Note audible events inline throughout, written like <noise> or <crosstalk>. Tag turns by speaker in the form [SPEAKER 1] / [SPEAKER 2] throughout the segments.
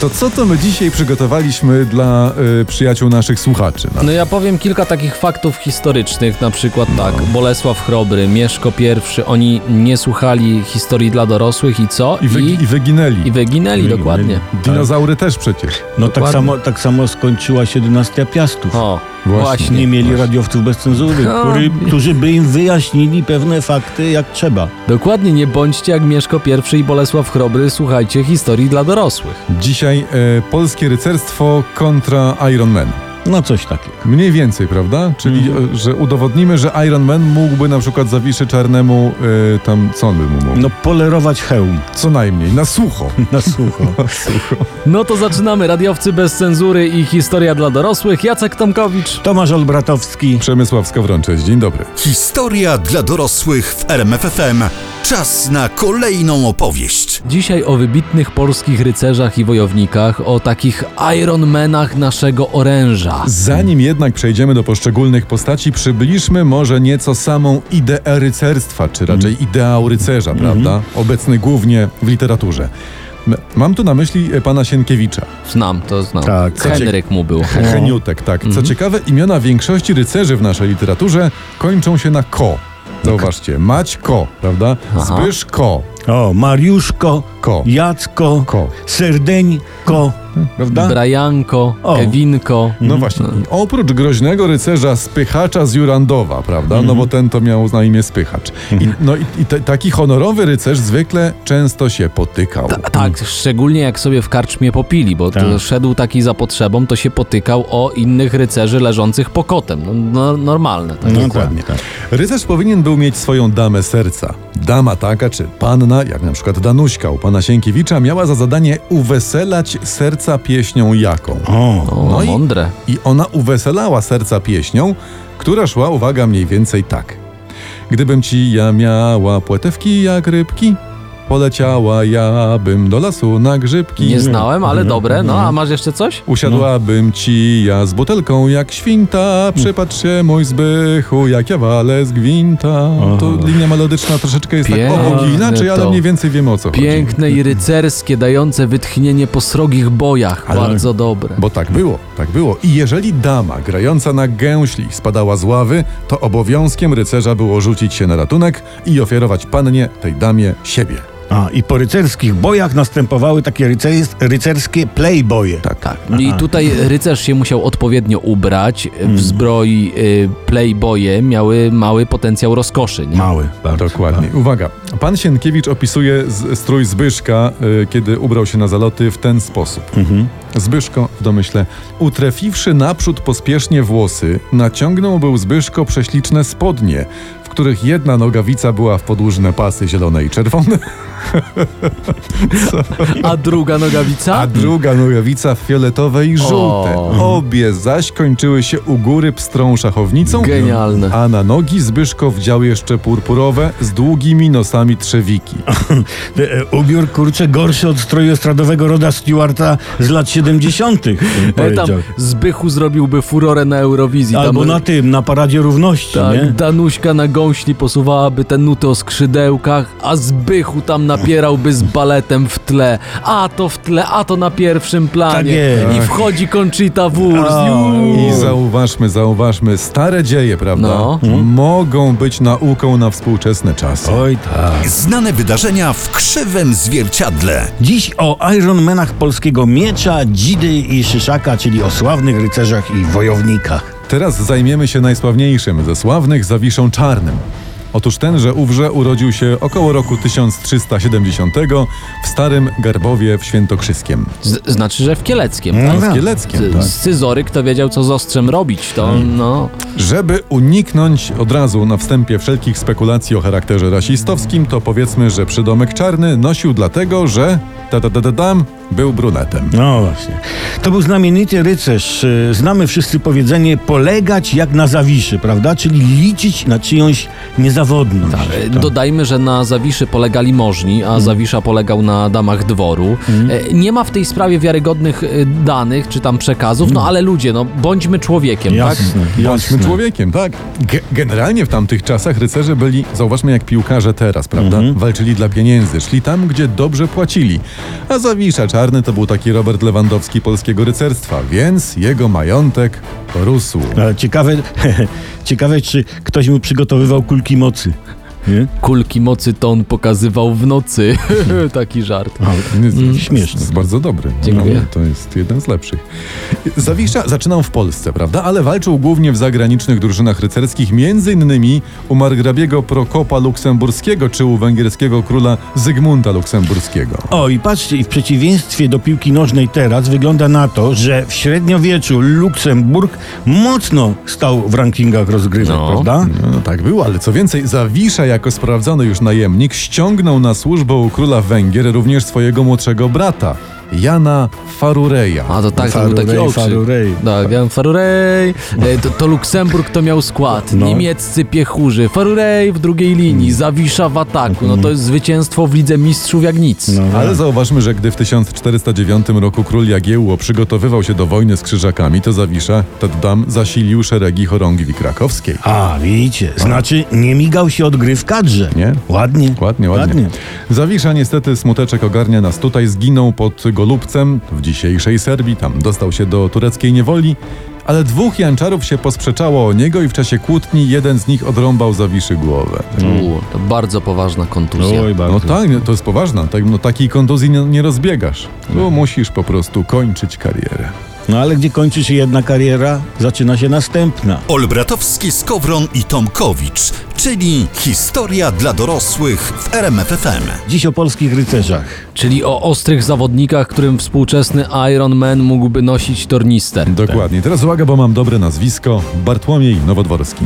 [SPEAKER 1] To co to my dzisiaj przygotowaliśmy dla y, przyjaciół naszych słuchaczy? No.
[SPEAKER 2] No ja powiem kilka takich faktów historycznych, na przykład tak, Bolesław Chrobry, Mieszko I, oni nie słuchali historii dla dorosłych i co?
[SPEAKER 1] I, wy, I wyginęli.
[SPEAKER 2] i wyginęli,
[SPEAKER 3] Wyginęli.
[SPEAKER 2] dokładnie.
[SPEAKER 1] Dinozaury też przecież.
[SPEAKER 3] No tak
[SPEAKER 2] Dokładnie.
[SPEAKER 3] samo, tak samo skończyła się dynastia Piastów.
[SPEAKER 2] O,
[SPEAKER 1] Właśnie.
[SPEAKER 2] właśnie.
[SPEAKER 3] nie mieli radiowców bez cenzury,
[SPEAKER 2] O.
[SPEAKER 3] który, którzy by im wyjaśnili pewne fakty jak trzeba.
[SPEAKER 2] Dokładnie, nie bądźcie jak Mieszko I i Bolesław Chrobry, słuchajcie historii dla dorosłych.
[SPEAKER 1] Dzisiaj e, polskie rycerstwo kontra Iron Man.
[SPEAKER 3] No coś takiego.
[SPEAKER 1] Mniej więcej, prawda? Czyli, e, że udowodnimy, że Iron Man mógłby na przykład Zawiszy Czarnemu, e, tam, co on by mu mógł?
[SPEAKER 3] No polerować hełm <laughs>
[SPEAKER 1] Co najmniej, na <laughs> sucho.
[SPEAKER 3] na sucho.
[SPEAKER 2] No to zaczynamy, radiowcy bez cenzury i historia dla dorosłych, Jacek Tomkowicz.
[SPEAKER 3] Tomasz Olbratowski.
[SPEAKER 1] Przemysław Skowrończyk, dzień dobry.
[SPEAKER 4] Historia dla dorosłych w RMFFM. Czas na kolejną opowieść.
[SPEAKER 2] Dzisiaj o wybitnych polskich rycerzach i wojownikach, o takich Ironmenach naszego oręża.
[SPEAKER 1] Zanim jednak przejdziemy do poszczególnych postaci, przybliżmy może nieco samą ideę rycerstwa, czy raczej ideał rycerza, prawda? Obecny głównie w literaturze. M- Mam tu na myśli e, pana Sienkiewicza.
[SPEAKER 2] Znam, to znam.
[SPEAKER 3] Tak, co
[SPEAKER 2] Henryk mu był.
[SPEAKER 1] Heniutek, tak. Co ciekawe, imiona większości rycerzy w naszej literaturze kończą się na ko. Zauważcie, Maćko, prawda?
[SPEAKER 2] Aha.
[SPEAKER 1] Zbyszko,
[SPEAKER 3] O, Mariuszko,
[SPEAKER 1] ko,
[SPEAKER 3] Jacko,
[SPEAKER 1] ko,
[SPEAKER 3] Serdeńko, prawda?
[SPEAKER 2] Brajanko,
[SPEAKER 3] O.
[SPEAKER 2] Kewinko.
[SPEAKER 1] No właśnie, oprócz groźnego rycerza Spychacza z Jurandowa, prawda? No bo ten to miał na imię Spychacz. I, no i, i t- taki honorowy rycerz zwykle często się potykał.
[SPEAKER 2] A Tak, szczególnie jak sobie w karczmie popili, bo
[SPEAKER 3] Tak.
[SPEAKER 2] to szedł taki za potrzebą, to się potykał o innych rycerzy leżących pokotem. No, no normalne. Tak.
[SPEAKER 3] No, dokładnie tak.
[SPEAKER 1] Rycerz powinien był mieć swoją damę serca. Dama taka czy panna, jak na przykład Danuśka u pana Sienkiewicza, miała za zadanie uweselać serca pieśnią jaką.
[SPEAKER 3] O,
[SPEAKER 2] O,
[SPEAKER 1] No i-
[SPEAKER 2] mądre.
[SPEAKER 1] I ona uweselała serca pieśnią, która szła, uwaga, mniej więcej tak. Gdybym ci ja miała płetewki jak rybki, poleciała ja bym do lasu na grzybki.
[SPEAKER 2] Nie znałem, ale
[SPEAKER 1] Mhm,
[SPEAKER 2] dobre. No, a masz jeszcze coś?
[SPEAKER 1] Usiadłabym ci ja z butelką jak świnta, przypatrz się mój Zbychu, jak ja walę z gwinta. To linia melodyczna troszeczkę jest tak
[SPEAKER 2] Piękne
[SPEAKER 1] obok i inaczej, ale
[SPEAKER 2] to.
[SPEAKER 1] mniej więcej wiemy o co chodzi.
[SPEAKER 2] Piękne i rycerskie, dające wytchnienie po srogich bojach. Bardzo dobre.
[SPEAKER 1] Bo tak było, tak było. I jeżeli dama grająca na gęśli spadała z ławy, to obowiązkiem rycerza było rzucić się na ratunek i ofiarować pannie, tej damie, siebie.
[SPEAKER 3] a i po rycerskich bojach następowały takie rycers- rycerskie playboye.
[SPEAKER 1] Tak, tak.
[SPEAKER 2] I tutaj rycerz się musiał odpowiednio ubrać.
[SPEAKER 1] Mhm.
[SPEAKER 2] W zbroi y, playboye miały mały potencjał rozkoszy. Nie?
[SPEAKER 3] Mały, bardzo.
[SPEAKER 1] Dokładnie. Uwaga, pan Sienkiewicz opisuje z, strój Zbyszka, y, kiedy ubrał się na zaloty w ten sposób.
[SPEAKER 3] Mhm.
[SPEAKER 1] Zbyszko, w domyśle, utrefiwszy naprzód pospiesznie włosy, naciągnął był Zbyszko prześliczne spodnie, w których jedna nogawica była w podłużne pasy zielone i czerwone,
[SPEAKER 2] A druga nogawica?
[SPEAKER 1] A druga nogawica w fioletowe i żółte.
[SPEAKER 2] Tak? O.
[SPEAKER 1] Obie zaś kończyły się u góry pstrą szachownicą.
[SPEAKER 2] Genialne.
[SPEAKER 1] A na nogi Zbyszko wdział jeszcze purpurowe z długimi nosami trzewiki.
[SPEAKER 3] E, e, Ubiór, kurczę, gorszy od stroju estradowego Roda Stewarta z lat 70.
[SPEAKER 2] <laughs>
[SPEAKER 3] bym
[SPEAKER 2] Ale tam
[SPEAKER 3] powiedział.
[SPEAKER 2] Zbychu zrobiłby furorę na Eurowizji. Tam-
[SPEAKER 3] Albo na tym, na Paradzie Równości,
[SPEAKER 2] Tak,
[SPEAKER 3] nie?
[SPEAKER 2] Danuśka na gąśli posuwałaby te nuty o skrzydełkach, a Zbychu tam napierałby z baletem w tle. A to w tle, a to na pierwszym planie.
[SPEAKER 3] Tak jest.
[SPEAKER 2] I wchodzi Conchita Wurst.
[SPEAKER 3] A,
[SPEAKER 2] Juuu.
[SPEAKER 1] I zauważmy, zauważmy, stare dzieje, prawda? Mhm.
[SPEAKER 2] No.
[SPEAKER 1] Mogą być nauką na współczesne czasy.
[SPEAKER 3] Oj tak.
[SPEAKER 4] Znane wydarzenia w krzywym zwierciadle.
[SPEAKER 3] Dziś o Ironmanach polskiego miecza, dzidy i szyszaka, czyli o sławnych rycerzach i wojownikach.
[SPEAKER 1] Teraz zajmiemy się najsławniejszym ze sławnych Zawiszą Czarnym. Otóż tenże Uwrze urodził się około roku 1370 w starym Garbowie w Świętokrzyskiem.
[SPEAKER 2] Z- znaczy, że w Kieleckiem.
[SPEAKER 3] No
[SPEAKER 2] tak?
[SPEAKER 3] tak. Hmm.
[SPEAKER 1] Z Kieleckiem, tak.
[SPEAKER 2] Z Scyzory, kto wiedział, co z ostrzem robić, to no...
[SPEAKER 1] Żeby uniknąć od razu na wstępie wszelkich spekulacji o charakterze rasistowskim, to powiedzmy, że przydomek czarny nosił dlatego, że ta ta ta ta tam był brunetem. Tak?
[SPEAKER 3] No właśnie. To był znamienity rycerz. Y, Znamy wszyscy powiedzenie polegać jak na zawiszy, prawda? Czyli liczyć na czyjąś niezawodność.
[SPEAKER 2] E,
[SPEAKER 3] Tak. Mhm.
[SPEAKER 2] Dodajmy, że na Zawiszy polegali możni, a Zawisza polegał na damach dworu. E, Nie ma w tej sprawie wiarygodnych e, danych czy tam przekazów,
[SPEAKER 3] Mhm.
[SPEAKER 2] no ale ludzie, no bądźmy człowiekiem, tak?
[SPEAKER 3] Jasne,
[SPEAKER 1] Bądźmy
[SPEAKER 3] jasne.
[SPEAKER 1] człowiekiem, tak. Ge- generalnie w tamtych czasach rycerze byli, zauważmy
[SPEAKER 3] Mhm.
[SPEAKER 1] jak piłkarze teraz, prawda? Walczyli dla pieniędzy, szli tam, gdzie dobrze płacili. A Zawisza karny to był taki Robert Lewandowski polskiego rycerstwa, więc jego majątek rósł.
[SPEAKER 3] Ale ciekawe, <laughs> ciekawe, czy ktoś mu przygotowywał kulki mocy. Nie?
[SPEAKER 2] Kulki mocy to on pokazywał w nocy. <laughs>
[SPEAKER 3] Mhm.
[SPEAKER 2] Taki żart.
[SPEAKER 3] Śmieszne.
[SPEAKER 1] Jest bardzo dobry.
[SPEAKER 2] Mhm. Dziękuję.
[SPEAKER 1] No, to jest jeden z lepszych. Zawisza zaczynał w Polsce, prawda? Ale walczył głównie w zagranicznych drużynach rycerskich, między innymi u margrabiego Prokopa Luksemburskiego czy u węgierskiego króla Zygmunta Luksemburskiego.
[SPEAKER 3] O, i patrzcie, i w przeciwieństwie do piłki nożnej teraz wygląda na to, że w średniowieczu Luksemburg mocno stał w rankingach rozgrywek,
[SPEAKER 2] No.
[SPEAKER 3] prawda?
[SPEAKER 1] No, no tak było, ale co więcej, Zawisza jako sprawdzony już najemnik ściągnął na służbę u króla Węgier również swojego młodszego brata, Jana Farureja.
[SPEAKER 2] A to tak, to był
[SPEAKER 3] Farurej,
[SPEAKER 2] taki okrzyk.
[SPEAKER 3] farurej.
[SPEAKER 2] Tak, ja farurej. E, To, to Luksemburg to miał skład.
[SPEAKER 3] No. Mhm.
[SPEAKER 2] Niemieccy piechurzy, farurej w drugiej linii, Zawisza w ataku. No to jest zwycięstwo w Lidze Mistrzów jak nic.
[SPEAKER 3] No,
[SPEAKER 1] Ale zauważmy, że gdy w 1409 roku król Jagiełło przygotowywał się do wojny z Krzyżakami, to Zawisza, Teddam, zasilił szeregi chorągwi krakowskiej.
[SPEAKER 3] A, widzicie, znaczy nie migał się od gry w kadrze.
[SPEAKER 1] Nie.
[SPEAKER 3] Ładnie.
[SPEAKER 1] Ładnie, ładnie. Zawisza niestety smuteczek ogarnia nas tutaj, zginął pod Golubcem w dzisiejszej Serbii, tam dostał się do tureckiej niewoli, ale dwóch janczarów się posprzeczało o niego i w czasie kłótni jeden z nich odrąbał Zawiszy głowę.
[SPEAKER 2] U, to bardzo poważna kontuzja.
[SPEAKER 3] Oj, bardzo.
[SPEAKER 1] No tak, to jest poważna, tak, no takiej kontuzji nie, nie rozbiegasz. Tu musisz po prostu kończyć karierę.
[SPEAKER 3] No ale gdzie kończy się jedna kariera, zaczyna się następna.
[SPEAKER 4] Olbratowski, Skowron i Tomkowicz, czyli historia dla dorosłych w RMFFM.
[SPEAKER 3] Dziś o polskich rycerzach.
[SPEAKER 2] Czyli o ostrych zawodnikach, którym współczesny Iron Man mógłby nosić tornister.
[SPEAKER 1] Dokładnie. Teraz uwaga, bo mam dobre nazwisko. Bartłomiej Nowodworski.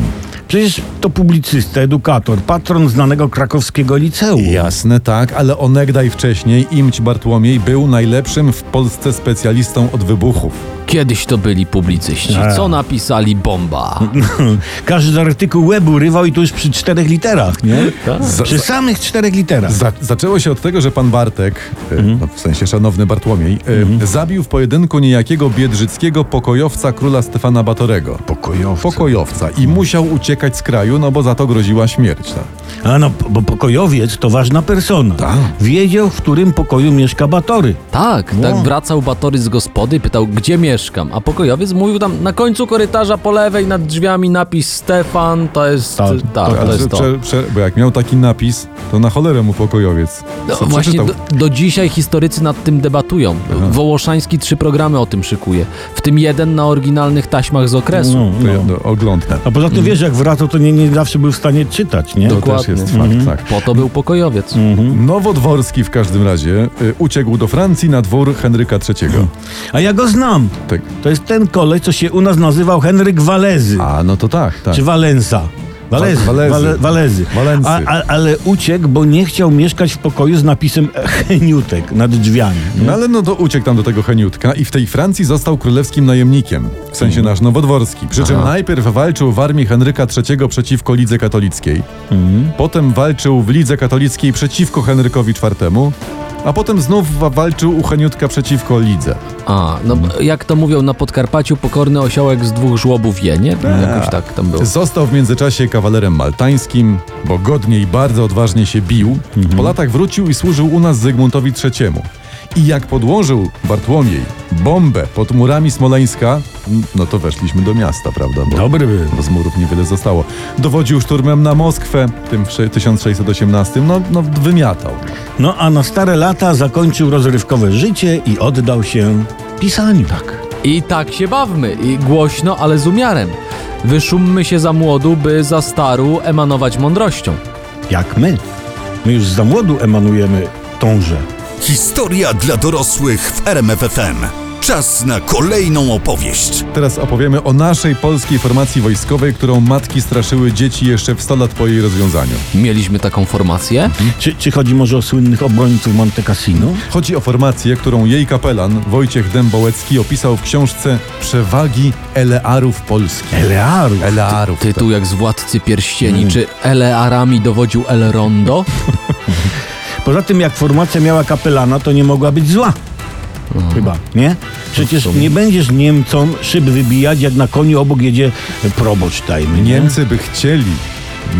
[SPEAKER 3] Przecież to publicysta, edukator, patron znanego krakowskiego liceum.
[SPEAKER 1] Jasne, tak, ale onegdaj wcześniej Imć Bartłomiej był najlepszym w Polsce specjalistą od wybuchów.
[SPEAKER 2] Kiedyś to byli publicyści. Co napisali bomba?
[SPEAKER 3] Hmm. Każdy artykuł webu rywał i to już przy czterech literach, nie?
[SPEAKER 1] Tak. Za-
[SPEAKER 3] Przy samych czterech literach.
[SPEAKER 1] Za, zaczęło się od tego, że pan Bartek, e, no, w sensie szanowny Bartłomiej, e, zabił w pojedynku niejakiego biedrzyckiego pokojowca króla Stefana Batorego.
[SPEAKER 3] Pokojowca.
[SPEAKER 1] Pokojowca i musiał uciekać z kraju, no bo za to groziła śmierć. Tak?
[SPEAKER 3] A no, bo pokojowiec to ważna persona.
[SPEAKER 1] Tak.
[SPEAKER 3] Wiedział, w którym pokoju mieszka Batory.
[SPEAKER 2] Tak, tak wracał Batory z gospody, pytał gdzie mieszkam, a pokojowiec mówił tam na końcu korytarza po lewej nad drzwiami napis Stefan, to jest
[SPEAKER 3] Tak,
[SPEAKER 2] tak, to,
[SPEAKER 1] Ale
[SPEAKER 2] jest to.
[SPEAKER 1] prze- prze- bo jak miał taki napis, to na cholerę mu pokojowiec.
[SPEAKER 2] No,
[SPEAKER 1] Co-
[SPEAKER 2] właśnie
[SPEAKER 1] przeczytał?
[SPEAKER 2] do, do dzisiaj historycy nad tym debatują. Wołoszański trzy programy o tym szykuje, w tym jeden na oryginalnych taśmach z okresu.
[SPEAKER 3] No,
[SPEAKER 1] To ja,
[SPEAKER 3] no.
[SPEAKER 1] no, oglądnę.
[SPEAKER 3] A poza tym wiesz, jak wracał, to nie, nie zawsze był w stanie czytać, nie?
[SPEAKER 1] To też
[SPEAKER 2] dokładnie.
[SPEAKER 1] jest fakt, tak.
[SPEAKER 2] Po to był pokojowiec.
[SPEAKER 1] Mhm. Nowodworski w każdym razie y, uciekł do Francji na dwór Henryka III.
[SPEAKER 3] A ja go znam.
[SPEAKER 1] Tak.
[SPEAKER 3] To jest ten koleś, co się u nas nazywał Henryk Walezy.
[SPEAKER 1] A, no to tak, tak.
[SPEAKER 3] Czy Walensa. Walezy.
[SPEAKER 1] Wa- Walezy.
[SPEAKER 3] Wale, Walezy.
[SPEAKER 1] Walensy.
[SPEAKER 3] A, a, ale uciekł, bo nie chciał mieszkać w pokoju z napisem e, Heniutek nad drzwiami.
[SPEAKER 1] No ale no to uciekł tam do tego Heniutka i w tej Francji został królewskim najemnikiem, w sensie nasz Nowodworski. Przy czym najpierw walczył w armii Henryka III przeciwko Lidze Katolickiej, potem walczył w Lidze Katolickiej przeciwko Henrykowi IV, a potem znów wa- walczył u Heniutka przeciwko Lidze.
[SPEAKER 2] A, no
[SPEAKER 1] Mhm.
[SPEAKER 2] jak to mówią na Podkarpaciu, pokorny osiołek z dwóch żłobów je, nie? Jakoś tak tam było.
[SPEAKER 1] Został w międzyczasie kawalerem maltańskim, bo godnie i bardzo odważnie się bił. Po latach wrócił i służył u nas Zygmuntowi III. I jak podłożył Bartłomiej bombę pod murami Smoleńska, no to weszliśmy do miasta, prawda? Bo,
[SPEAKER 3] Dobry był.
[SPEAKER 1] bo z murów niewiele zostało. Dowodził szturmem na Moskwę tym w sze- 1618, no, no wymiatał.
[SPEAKER 3] No a na stare lata zakończył rozrywkowe życie i oddał się pisaniu. Tak.
[SPEAKER 2] I tak się bawmy, i głośno, ale z umiarem. Wyszummy się za młodu, by za staru emanować mądrością.
[SPEAKER 3] Jak my. My już za młodu emanujemy tąże.
[SPEAKER 4] Historia dla dorosłych w RMFFM. Czas na kolejną opowieść.
[SPEAKER 1] Teraz opowiemy o naszej polskiej formacji wojskowej, którą matki straszyły dzieci jeszcze w 100 lat po jej rozwiązaniu.
[SPEAKER 2] Mieliśmy taką formację.
[SPEAKER 3] Czy, czy chodzi może o słynnych obrońców Monte Cassino?
[SPEAKER 1] Chodzi o formację, którą jej kapelan Wojciech Dębołecki opisał w książce Przewagi Elearów Polskich.
[SPEAKER 3] Elearu.
[SPEAKER 1] Elearów.
[SPEAKER 2] Tytuł jak z Władcy Pierścieni.
[SPEAKER 1] Mhm.
[SPEAKER 2] Czy Elearami dowodził Elrondo?
[SPEAKER 3] Poza tym jak formacja miała kapelana, to nie mogła być zła.
[SPEAKER 1] Mhm.
[SPEAKER 3] Chyba, nie? Przecież nie będziesz Niemcom szyb wybijać, jak na koniu obok jedzie proboszcz dajmy, nie?
[SPEAKER 1] Niemcy by chcieli,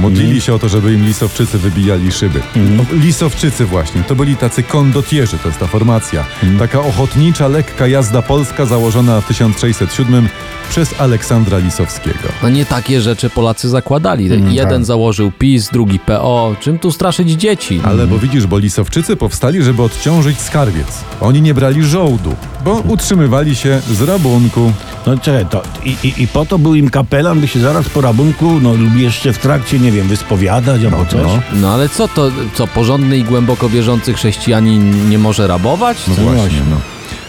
[SPEAKER 1] Modlili się o to, żeby im lisowczycy wybijali szyby. O, Lisowczycy właśnie, to byli tacy kondotierzy, to jest ta formacja. Taka ochotnicza, lekka jazda polska założona w 1607 przez Aleksandra Lisowskiego.
[SPEAKER 2] No nie takie rzeczy Polacy zakładali.
[SPEAKER 1] Mhm,
[SPEAKER 2] Jeden
[SPEAKER 1] tak.
[SPEAKER 2] założył PiS, drugi PO. Czym tu straszyć dzieci?
[SPEAKER 1] Ale bo widzisz, bo lisowczycy powstali, żeby odciążyć skarbiec. Oni nie brali żołdu, bo utrzymywali się z rabunku.
[SPEAKER 3] No czekaj, to i, i, i po to był im kapelan, by się zaraz po rabunku, no lub jeszcze w trakcie, nie wiem, wyspowiadać albo coś.
[SPEAKER 1] no.
[SPEAKER 2] No ale co to, co porządny i głęboko wierzący chrześcijanin nie może rabować? Co?
[SPEAKER 1] Właśnie, no.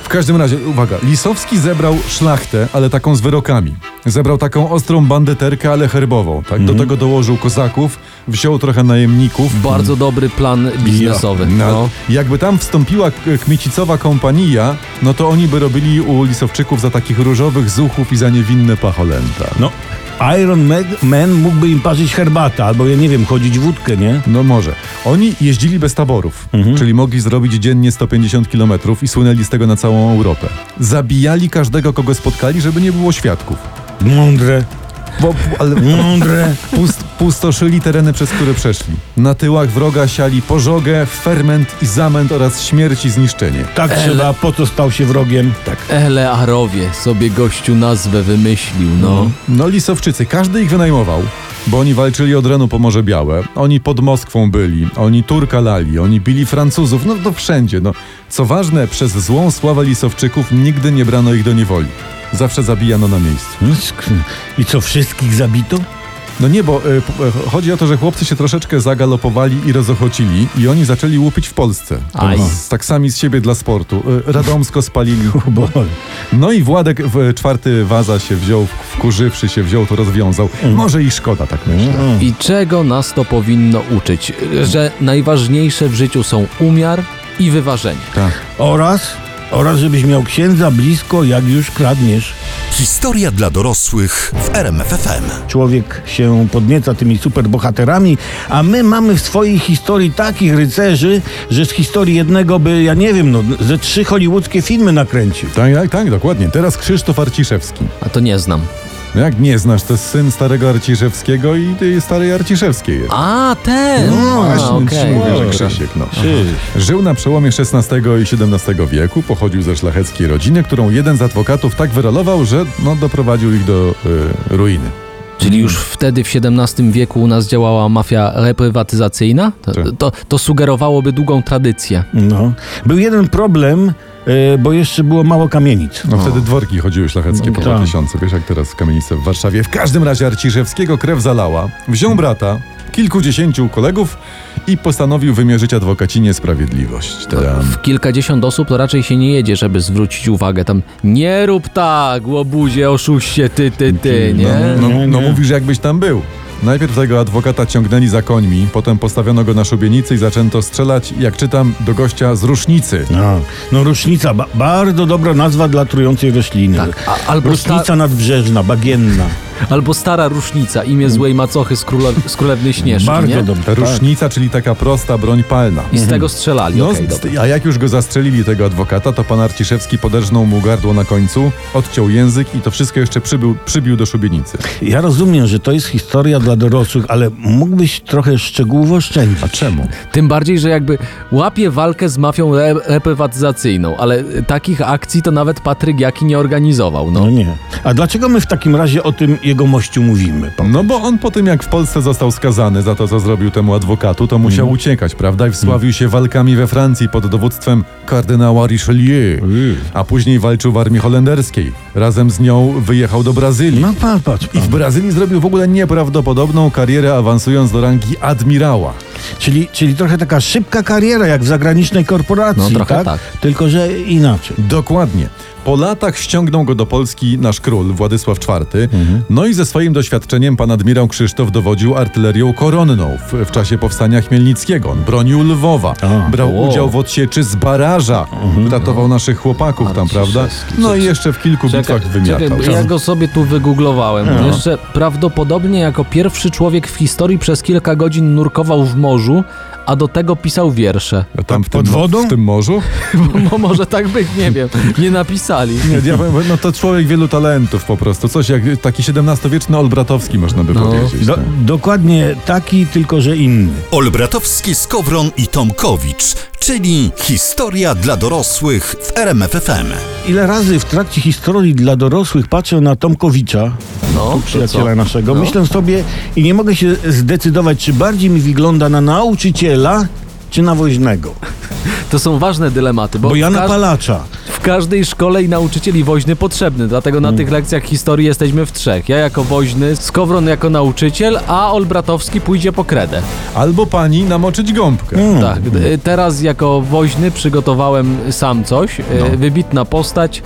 [SPEAKER 1] W każdym razie, uwaga, Lisowski zebrał szlachtę, ale taką z wyrokami. Zebrał taką ostrą bandyterkę, ale herbową. Tak? Do tego dołożył kozaków, wziął trochę najemników.
[SPEAKER 2] Bardzo dobry plan biznesowy.
[SPEAKER 1] Mm. No,
[SPEAKER 2] No.
[SPEAKER 1] Jakby tam wstąpiła K- Kmicicowa kompania, no to oni by robili u Lisowczyków za takich różowych zuchów i za niewinne pacholęta.
[SPEAKER 3] No, Iron Mag- Man mógłby im parzyć herbatę, albo ja nie wiem, chodzić wódkę, nie?
[SPEAKER 1] No może. Oni jeździli bez taborów, czyli mogli zrobić dziennie 150 km i słynęli z tego na całą Europę. Zabijali każdego, kogo spotkali, żeby nie było świadków.
[SPEAKER 3] Mądre,
[SPEAKER 1] Bo, ale
[SPEAKER 3] mądre.
[SPEAKER 1] pust, pustoszyli tereny, przez które przeszli. Na tyłach wroga siali pożogę, ferment i zamęt oraz śmierć i zniszczenie.
[SPEAKER 3] Tak trzeba, po co stał się wrogiem.
[SPEAKER 1] Tak.
[SPEAKER 2] Elearowie sobie gościu nazwę wymyślił, no.
[SPEAKER 1] No lisowczycy, każdy ich wynajmował, bo oni walczyli od Renu po Morze Białe, oni pod Moskwą byli, oni Turka lali, oni bili Francuzów, no to wszędzie. No. Co ważne, przez złą sławę lisowczyków nigdy nie brano ich do niewoli. Zawsze zabijano na miejscu.
[SPEAKER 3] No, sk- I co, wszystkich zabito?
[SPEAKER 1] No nie, bo y, p- y, chodzi o to, że chłopcy się troszeczkę zagalopowali i rozochocili i oni zaczęli łupić w Polsce.
[SPEAKER 2] Aj.
[SPEAKER 1] Z, tak sami z siebie dla sportu. Y, Radomsko spalili.
[SPEAKER 3] Bo,
[SPEAKER 1] No i Władek w czwarty waza się wziął, wkurzywszy się wziął, to rozwiązał. Może i szkoda, tak myślę.
[SPEAKER 2] I czego nas to powinno uczyć? Że najważniejsze w życiu są umiar i wyważenie.
[SPEAKER 1] Tak.
[SPEAKER 3] oraz, oraz żebyś miał księdza blisko, jak już kradniesz.
[SPEAKER 4] Historia dla dorosłych w RMFFM.
[SPEAKER 3] Człowiek się podnieca tymi superbohaterami, a my mamy w swojej historii takich rycerzy, że z historii jednego by, ja nie wiem, no, ze trzy hollywoodzkie filmy nakręcił.
[SPEAKER 1] Tak, tak, tak, dokładnie. Teraz Krzysztof Arciszewski.
[SPEAKER 2] A to nie znam.
[SPEAKER 1] No Jak nie znasz, to jest syn starego Arciszewskiego i tej starej Arciszewskiej jest.
[SPEAKER 2] A, ten!
[SPEAKER 1] No, Właśnie,
[SPEAKER 2] A,
[SPEAKER 1] ci
[SPEAKER 2] okej.
[SPEAKER 1] mówię, że Krzysiek, no. Żył na przełomie XVI i XVII wieku, pochodził ze szlacheckiej rodziny, którą jeden z adwokatów tak wyrolował, że no, doprowadził ich do y, ruiny.
[SPEAKER 2] Czyli już wtedy w XVII wieku u nas działała mafia reprywatyzacyjna? To,
[SPEAKER 1] Tak.
[SPEAKER 2] to, to sugerowałoby długą tradycję.
[SPEAKER 3] No. Był jeden problem, e, bo jeszcze było mało kamienic.
[SPEAKER 1] No wtedy dworki chodziły szlacheckie po
[SPEAKER 3] tak.
[SPEAKER 1] 2000, wiesz jak teraz w kamienice w Warszawie. W każdym razie Arciszewskiego krew zalała, wziął brata, kilkudziesięciu kolegów i postanowił wymierzyć adwokacinie sprawiedliwość. Tadam.
[SPEAKER 2] W kilkadziesiąt osób to raczej się nie jedzie, żeby zwrócić uwagę. Tam nie rób tak, łobuzie, oszuście, ty, ty, ty, nie?
[SPEAKER 1] No,
[SPEAKER 3] Nie,
[SPEAKER 1] no
[SPEAKER 3] nie.
[SPEAKER 1] mówisz, jakbyś tam był. Najpierw tego adwokata ciągnęli za końmi, potem postawiono go na szubienicy i zaczęto strzelać, jak czytam, do gościa z rusznicy.
[SPEAKER 3] No, no rusznica, ba- bardzo dobra nazwa dla trującej rośliny.
[SPEAKER 2] Tak, a, albo, sta,
[SPEAKER 3] Rusznica nadbrzeżna, bagienna.
[SPEAKER 2] albo stara różnica, imię złej macochy z, króla, z królewny śnieżki,
[SPEAKER 3] bardzo
[SPEAKER 2] nie?
[SPEAKER 3] dobra.
[SPEAKER 1] Ta rusznica, czyli taka prosta broń palna.
[SPEAKER 2] Tak. I z tego strzelali,
[SPEAKER 1] No,
[SPEAKER 2] okej,
[SPEAKER 1] z-
[SPEAKER 2] dobra.
[SPEAKER 1] a jak już go zastrzelili tego adwokata, to pan Arciszewski poderżnął mu gardło na końcu, odciął język i to wszystko jeszcze przybył, przybił do szubienicy.
[SPEAKER 3] Ja rozumiem, że to jest historia dla dorosłych, ale mógłbyś trochę szczegółów oszczędzić. A czemu?
[SPEAKER 2] Tym bardziej, że jakby łapie walkę z mafią re reprywatyzacyjną, ale y, takich akcji to nawet Patryk Jaki nie organizował, no.
[SPEAKER 3] No nie. A dlaczego my w takim razie o tym jego mościu mówimy? Pan?
[SPEAKER 1] No bo on po tym, jak w Polsce został skazany za to, co zrobił temu adwokatu, to musiał
[SPEAKER 2] Mhm.
[SPEAKER 1] uciekać, prawda? I wsławił się walkami we Francji pod dowództwem kardynała Richelieu. A później walczył w armii holenderskiej. Razem z nią wyjechał do Brazylii.
[SPEAKER 3] No patrz, patrz.
[SPEAKER 1] I
[SPEAKER 3] Pan.
[SPEAKER 1] w
[SPEAKER 2] tak.
[SPEAKER 1] Brazylii zrobił w ogóle nieprawdopodobną karierę, awansując do rangi admirała.
[SPEAKER 3] Czyli, czyli trochę taka szybka kariera, jak w zagranicznej korporacji,
[SPEAKER 2] No, trochę
[SPEAKER 3] tak?
[SPEAKER 2] tak.
[SPEAKER 3] Tylko, że inaczej.
[SPEAKER 1] Dokładnie. Po latach ściągnął go do Polski nasz król Władysław IV. No i ze swoim doświadczeniem pan admirał Krzysztof dowodził artylerią koronną w, w czasie powstania Chmielnickiego. On bronił Lwowa,
[SPEAKER 3] A,
[SPEAKER 1] brał
[SPEAKER 2] o.
[SPEAKER 1] udział w odsieczy z Baraża, ratował naszych chłopaków tam, prawda?
[SPEAKER 2] Arciszewski.
[SPEAKER 1] No i jeszcze w kilku
[SPEAKER 2] Czekaj,
[SPEAKER 1] bitwach wymiatał. No.
[SPEAKER 2] czekaj, ja go sobie tu wygooglowałem. Jeszcze prawdopodobnie jako pierwszy człowiek w historii przez kilka godzin nurkował w morzu, a do tego pisał wiersze. <laughs>
[SPEAKER 1] A Tam w tym,
[SPEAKER 3] pod
[SPEAKER 1] mo-
[SPEAKER 3] wodą?
[SPEAKER 1] w tym morzu?
[SPEAKER 2] Bo, bo może tak być, nie wiem. Nie napisali.
[SPEAKER 1] Nie, ja powiem, no to człowiek wielu talentów po prostu. Coś jak taki XVII-wieczny Olbratowski można by
[SPEAKER 2] No.
[SPEAKER 1] powiedzieć.
[SPEAKER 3] Do,
[SPEAKER 1] tak.
[SPEAKER 3] dokładnie taki, tylko że inny.
[SPEAKER 4] Olbratowski, Skowron i Tomkowicz, czyli historia dla dorosłych w RMFFM.
[SPEAKER 3] Ile razy w trakcie historii dla dorosłych patrzę na Tomkowicza,
[SPEAKER 2] No, to co?
[SPEAKER 3] przyjaciela naszego, myślę sobie i nie mogę się zdecydować, czy bardziej mi wygląda na nauczyciela, czy na woźnego.
[SPEAKER 2] To są ważne dylematy, bo,
[SPEAKER 3] Bo ja
[SPEAKER 2] w, każ-
[SPEAKER 3] napalacza.
[SPEAKER 2] w każdej szkole i nauczycieli woźny potrzebny, dlatego na tych lekcjach historii jesteśmy w trzech. Ja jako woźny, Skowron jako nauczyciel, a Olbratowski pójdzie po kredę.
[SPEAKER 1] Albo pani namoczyć gąbkę.
[SPEAKER 3] Hmm. Mm.
[SPEAKER 2] Tak, e, teraz jako woźny przygotowałem sam coś. E, Wybitna postać.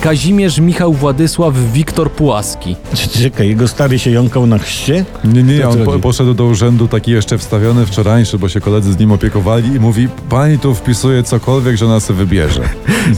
[SPEAKER 2] Kazimierz Michał Władysław Wiktor Pułaski.
[SPEAKER 3] Czy- Czekaj, jego stary się jąkał na chrzcie?
[SPEAKER 1] Nie, nie,
[SPEAKER 3] To co
[SPEAKER 1] on po,
[SPEAKER 3] chodzi?
[SPEAKER 1] poszedł do urzędu taki jeszcze wstawiony wczorajszy, bo się koledzy z nim opiekowali i mówi, pani tu wpisuje cokolwiek, że nas wybierze.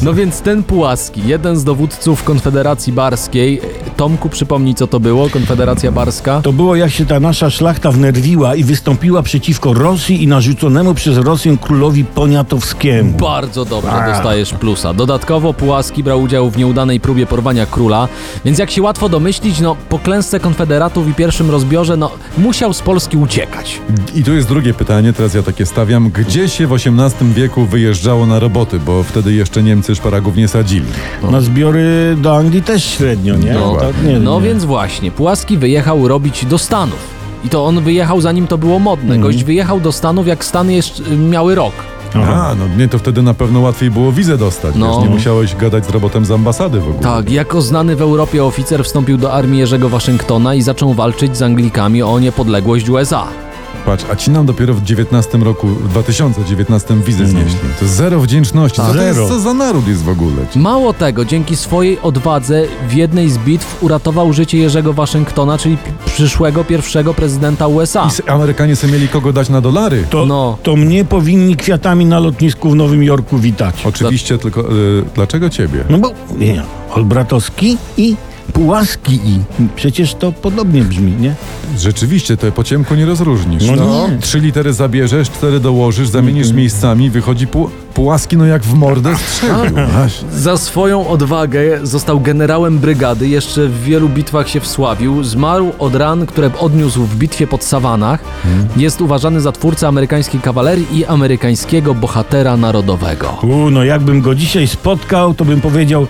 [SPEAKER 2] No więc ten Pułaski, jeden z dowódców Konfederacji Barskiej. E, Tomku, przypomnij co to było, Konfederacja Barska.
[SPEAKER 3] To było jak się ta nasza szlachta wnerwiła i wystąpiła przeciwko Rosji i narzuconemu przez Rosję królowi Poniatowskiemu.
[SPEAKER 2] Bardzo dobrze dostajesz plusa. Dodatkowo Pułaski brał udział w nieudanej próbie porwania króla, więc jak się łatwo domyślić, no po klęsce konfederatów i pierwszym rozbiorze, no musiał z Polski uciekać.
[SPEAKER 1] I tu jest drugie pytanie, teraz ja takie stawiam. Gdzie się w XVIII wieku wyjeżdżało na roboty? Bo wtedy jeszcze Niemcy szparagów nie sadzili.
[SPEAKER 3] Na zbiory do Anglii też średnio, nie? Tak,
[SPEAKER 2] No,
[SPEAKER 3] nie,
[SPEAKER 2] no
[SPEAKER 3] nie.
[SPEAKER 2] więc właśnie, Pułaski wyjechał robić do Stanów. I to on wyjechał zanim to było modne.
[SPEAKER 3] Mhm.
[SPEAKER 2] Gość wyjechał do Stanów, jak Stany jeszcze y, miały rok.
[SPEAKER 1] A, no nie, to wtedy na pewno łatwiej było wizę dostać.
[SPEAKER 2] No.
[SPEAKER 1] No. nie musiałeś gadać z robotem z ambasady w ogóle.
[SPEAKER 2] Tak, jako znany w Europie oficer wstąpił do armii Jerzego Waszyngtona i zaczął walczyć z Anglikami o niepodległość USA.
[SPEAKER 1] Patrz, a ci nam dopiero w 19 roku, w 2019 wizę znieśli. To zero wdzięczności. Co to jest,
[SPEAKER 3] Mhm. Zero.
[SPEAKER 1] co za naród jest w ogóle?
[SPEAKER 2] Mało tego, dzięki swojej odwadze w jednej z bitw uratował życie Jerzego Waszyngtona, czyli p- przyszłego pierwszego prezydenta USA.
[SPEAKER 1] I s- Amerykanie sobie mieli kogo dać na dolary.
[SPEAKER 3] To,
[SPEAKER 2] No.
[SPEAKER 3] to mnie powinni kwiatami na lotnisku w Nowym Jorku witać.
[SPEAKER 1] Oczywiście, tylko y, dlaczego ciebie?
[SPEAKER 3] No bo nie, Olbratowski i Pułaski i. Przecież to podobnie brzmi, nie?
[SPEAKER 1] Rzeczywiście, to po ciemku nie rozróżnisz.
[SPEAKER 3] No nie. Mhm.
[SPEAKER 1] Trzy litery zabierzesz, cztery dołożysz, zamienisz miejscami, wychodzi pół, półaski, no jak w mordę strzelił.
[SPEAKER 3] no.
[SPEAKER 1] No Aś.
[SPEAKER 2] Za swoją odwagę został generałem brygady, jeszcze w wielu bitwach się wsławił, zmarł od ran, które odniósł w bitwie pod Sawanach. Jest uważany za twórcę amerykańskiej kawalerii i amerykańskiego bohatera narodowego.
[SPEAKER 3] U, no jakbym go dzisiaj spotkał, to bym powiedział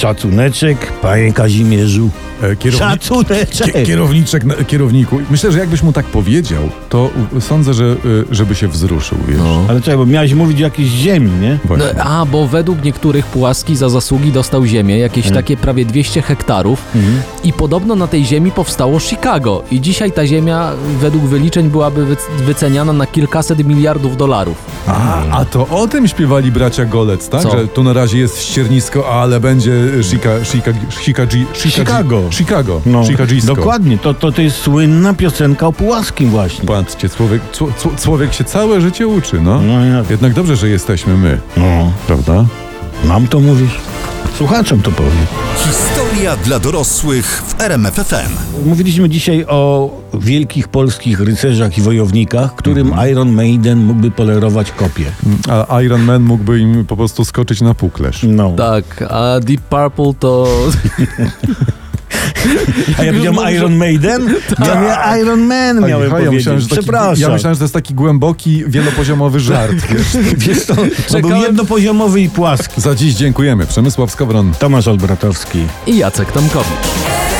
[SPEAKER 3] szacuneczek, panie Kazimierzu.
[SPEAKER 1] E, kierowni-
[SPEAKER 3] Szacuneczek.
[SPEAKER 1] kie- Kierowniczek, na- kierowniku. Myślę, że jakbyś mu tak powiedział, to u- sądzę, że y, żeby się wzruszył, wiesz.
[SPEAKER 3] Ale czekaj, bo miałeś mówić o jakiejś ziemi, nie?
[SPEAKER 1] Właśnie.
[SPEAKER 2] No, A, bo według niektórych Pułaski za zasługi dostał ziemię, jakieś takie prawie 200 hektarów i podobno na tej ziemi powstało Chicago i dzisiaj ta ziemia według wyliczeń byłaby wyc- wyceniana na kilkaset miliardów dolarów.
[SPEAKER 1] A, a to o tym śpiewali bracia Golec, tak?
[SPEAKER 2] Co?
[SPEAKER 1] Że tu na razie jest ściernisko, ale będzie e, Chica, Chica, Chica, Chica,
[SPEAKER 3] Chicago.
[SPEAKER 1] Chicago.
[SPEAKER 3] No,
[SPEAKER 1] Chicagisko.
[SPEAKER 3] dokładnie, to, to, to jest słynna piosenka o Pułaskim właśnie.
[SPEAKER 1] Patrzcie, człowiek, czł- czł- człowiek się całe życie uczy, no.
[SPEAKER 3] No ja
[SPEAKER 1] Jednak dobrze, że jesteśmy my,
[SPEAKER 3] no,
[SPEAKER 1] prawda?
[SPEAKER 3] nam to mówisz? Słuchaczom to powiem.
[SPEAKER 4] Historia dla dorosłych w RMFFM.
[SPEAKER 3] Mówiliśmy dzisiaj o wielkich polskich rycerzach i wojownikach, którym
[SPEAKER 1] Mhm.
[SPEAKER 3] Iron Maiden mógłby polerować kopię.
[SPEAKER 1] A Iron Man mógłby im po prostu skoczyć na puklerz.
[SPEAKER 3] No.
[SPEAKER 2] Tak, a Deep Purple <laughs> to...
[SPEAKER 3] A
[SPEAKER 1] <laughs>
[SPEAKER 3] ja
[SPEAKER 2] Już
[SPEAKER 3] powiedziałem
[SPEAKER 2] mówisz-
[SPEAKER 3] Iron Maiden? Ja miałem Iron Man miałem
[SPEAKER 1] Aha, ja
[SPEAKER 3] powiedzieć.
[SPEAKER 1] Tak. myślałem, że taki,
[SPEAKER 3] Przepraszam.
[SPEAKER 1] Ja myślałem, że to jest taki głęboki, wielopoziomowy
[SPEAKER 3] <laughs>
[SPEAKER 1] żart. wiesz.
[SPEAKER 3] Wiesz, to, to był
[SPEAKER 2] Czekałem-
[SPEAKER 3] jednopoziomowy i płaski.
[SPEAKER 1] Za dziś dziękujemy. Przemysław Skowron.
[SPEAKER 3] Tomasz Olbratowski.
[SPEAKER 2] i Jacek Tomkowicz.
[SPEAKER 5] RMFFM.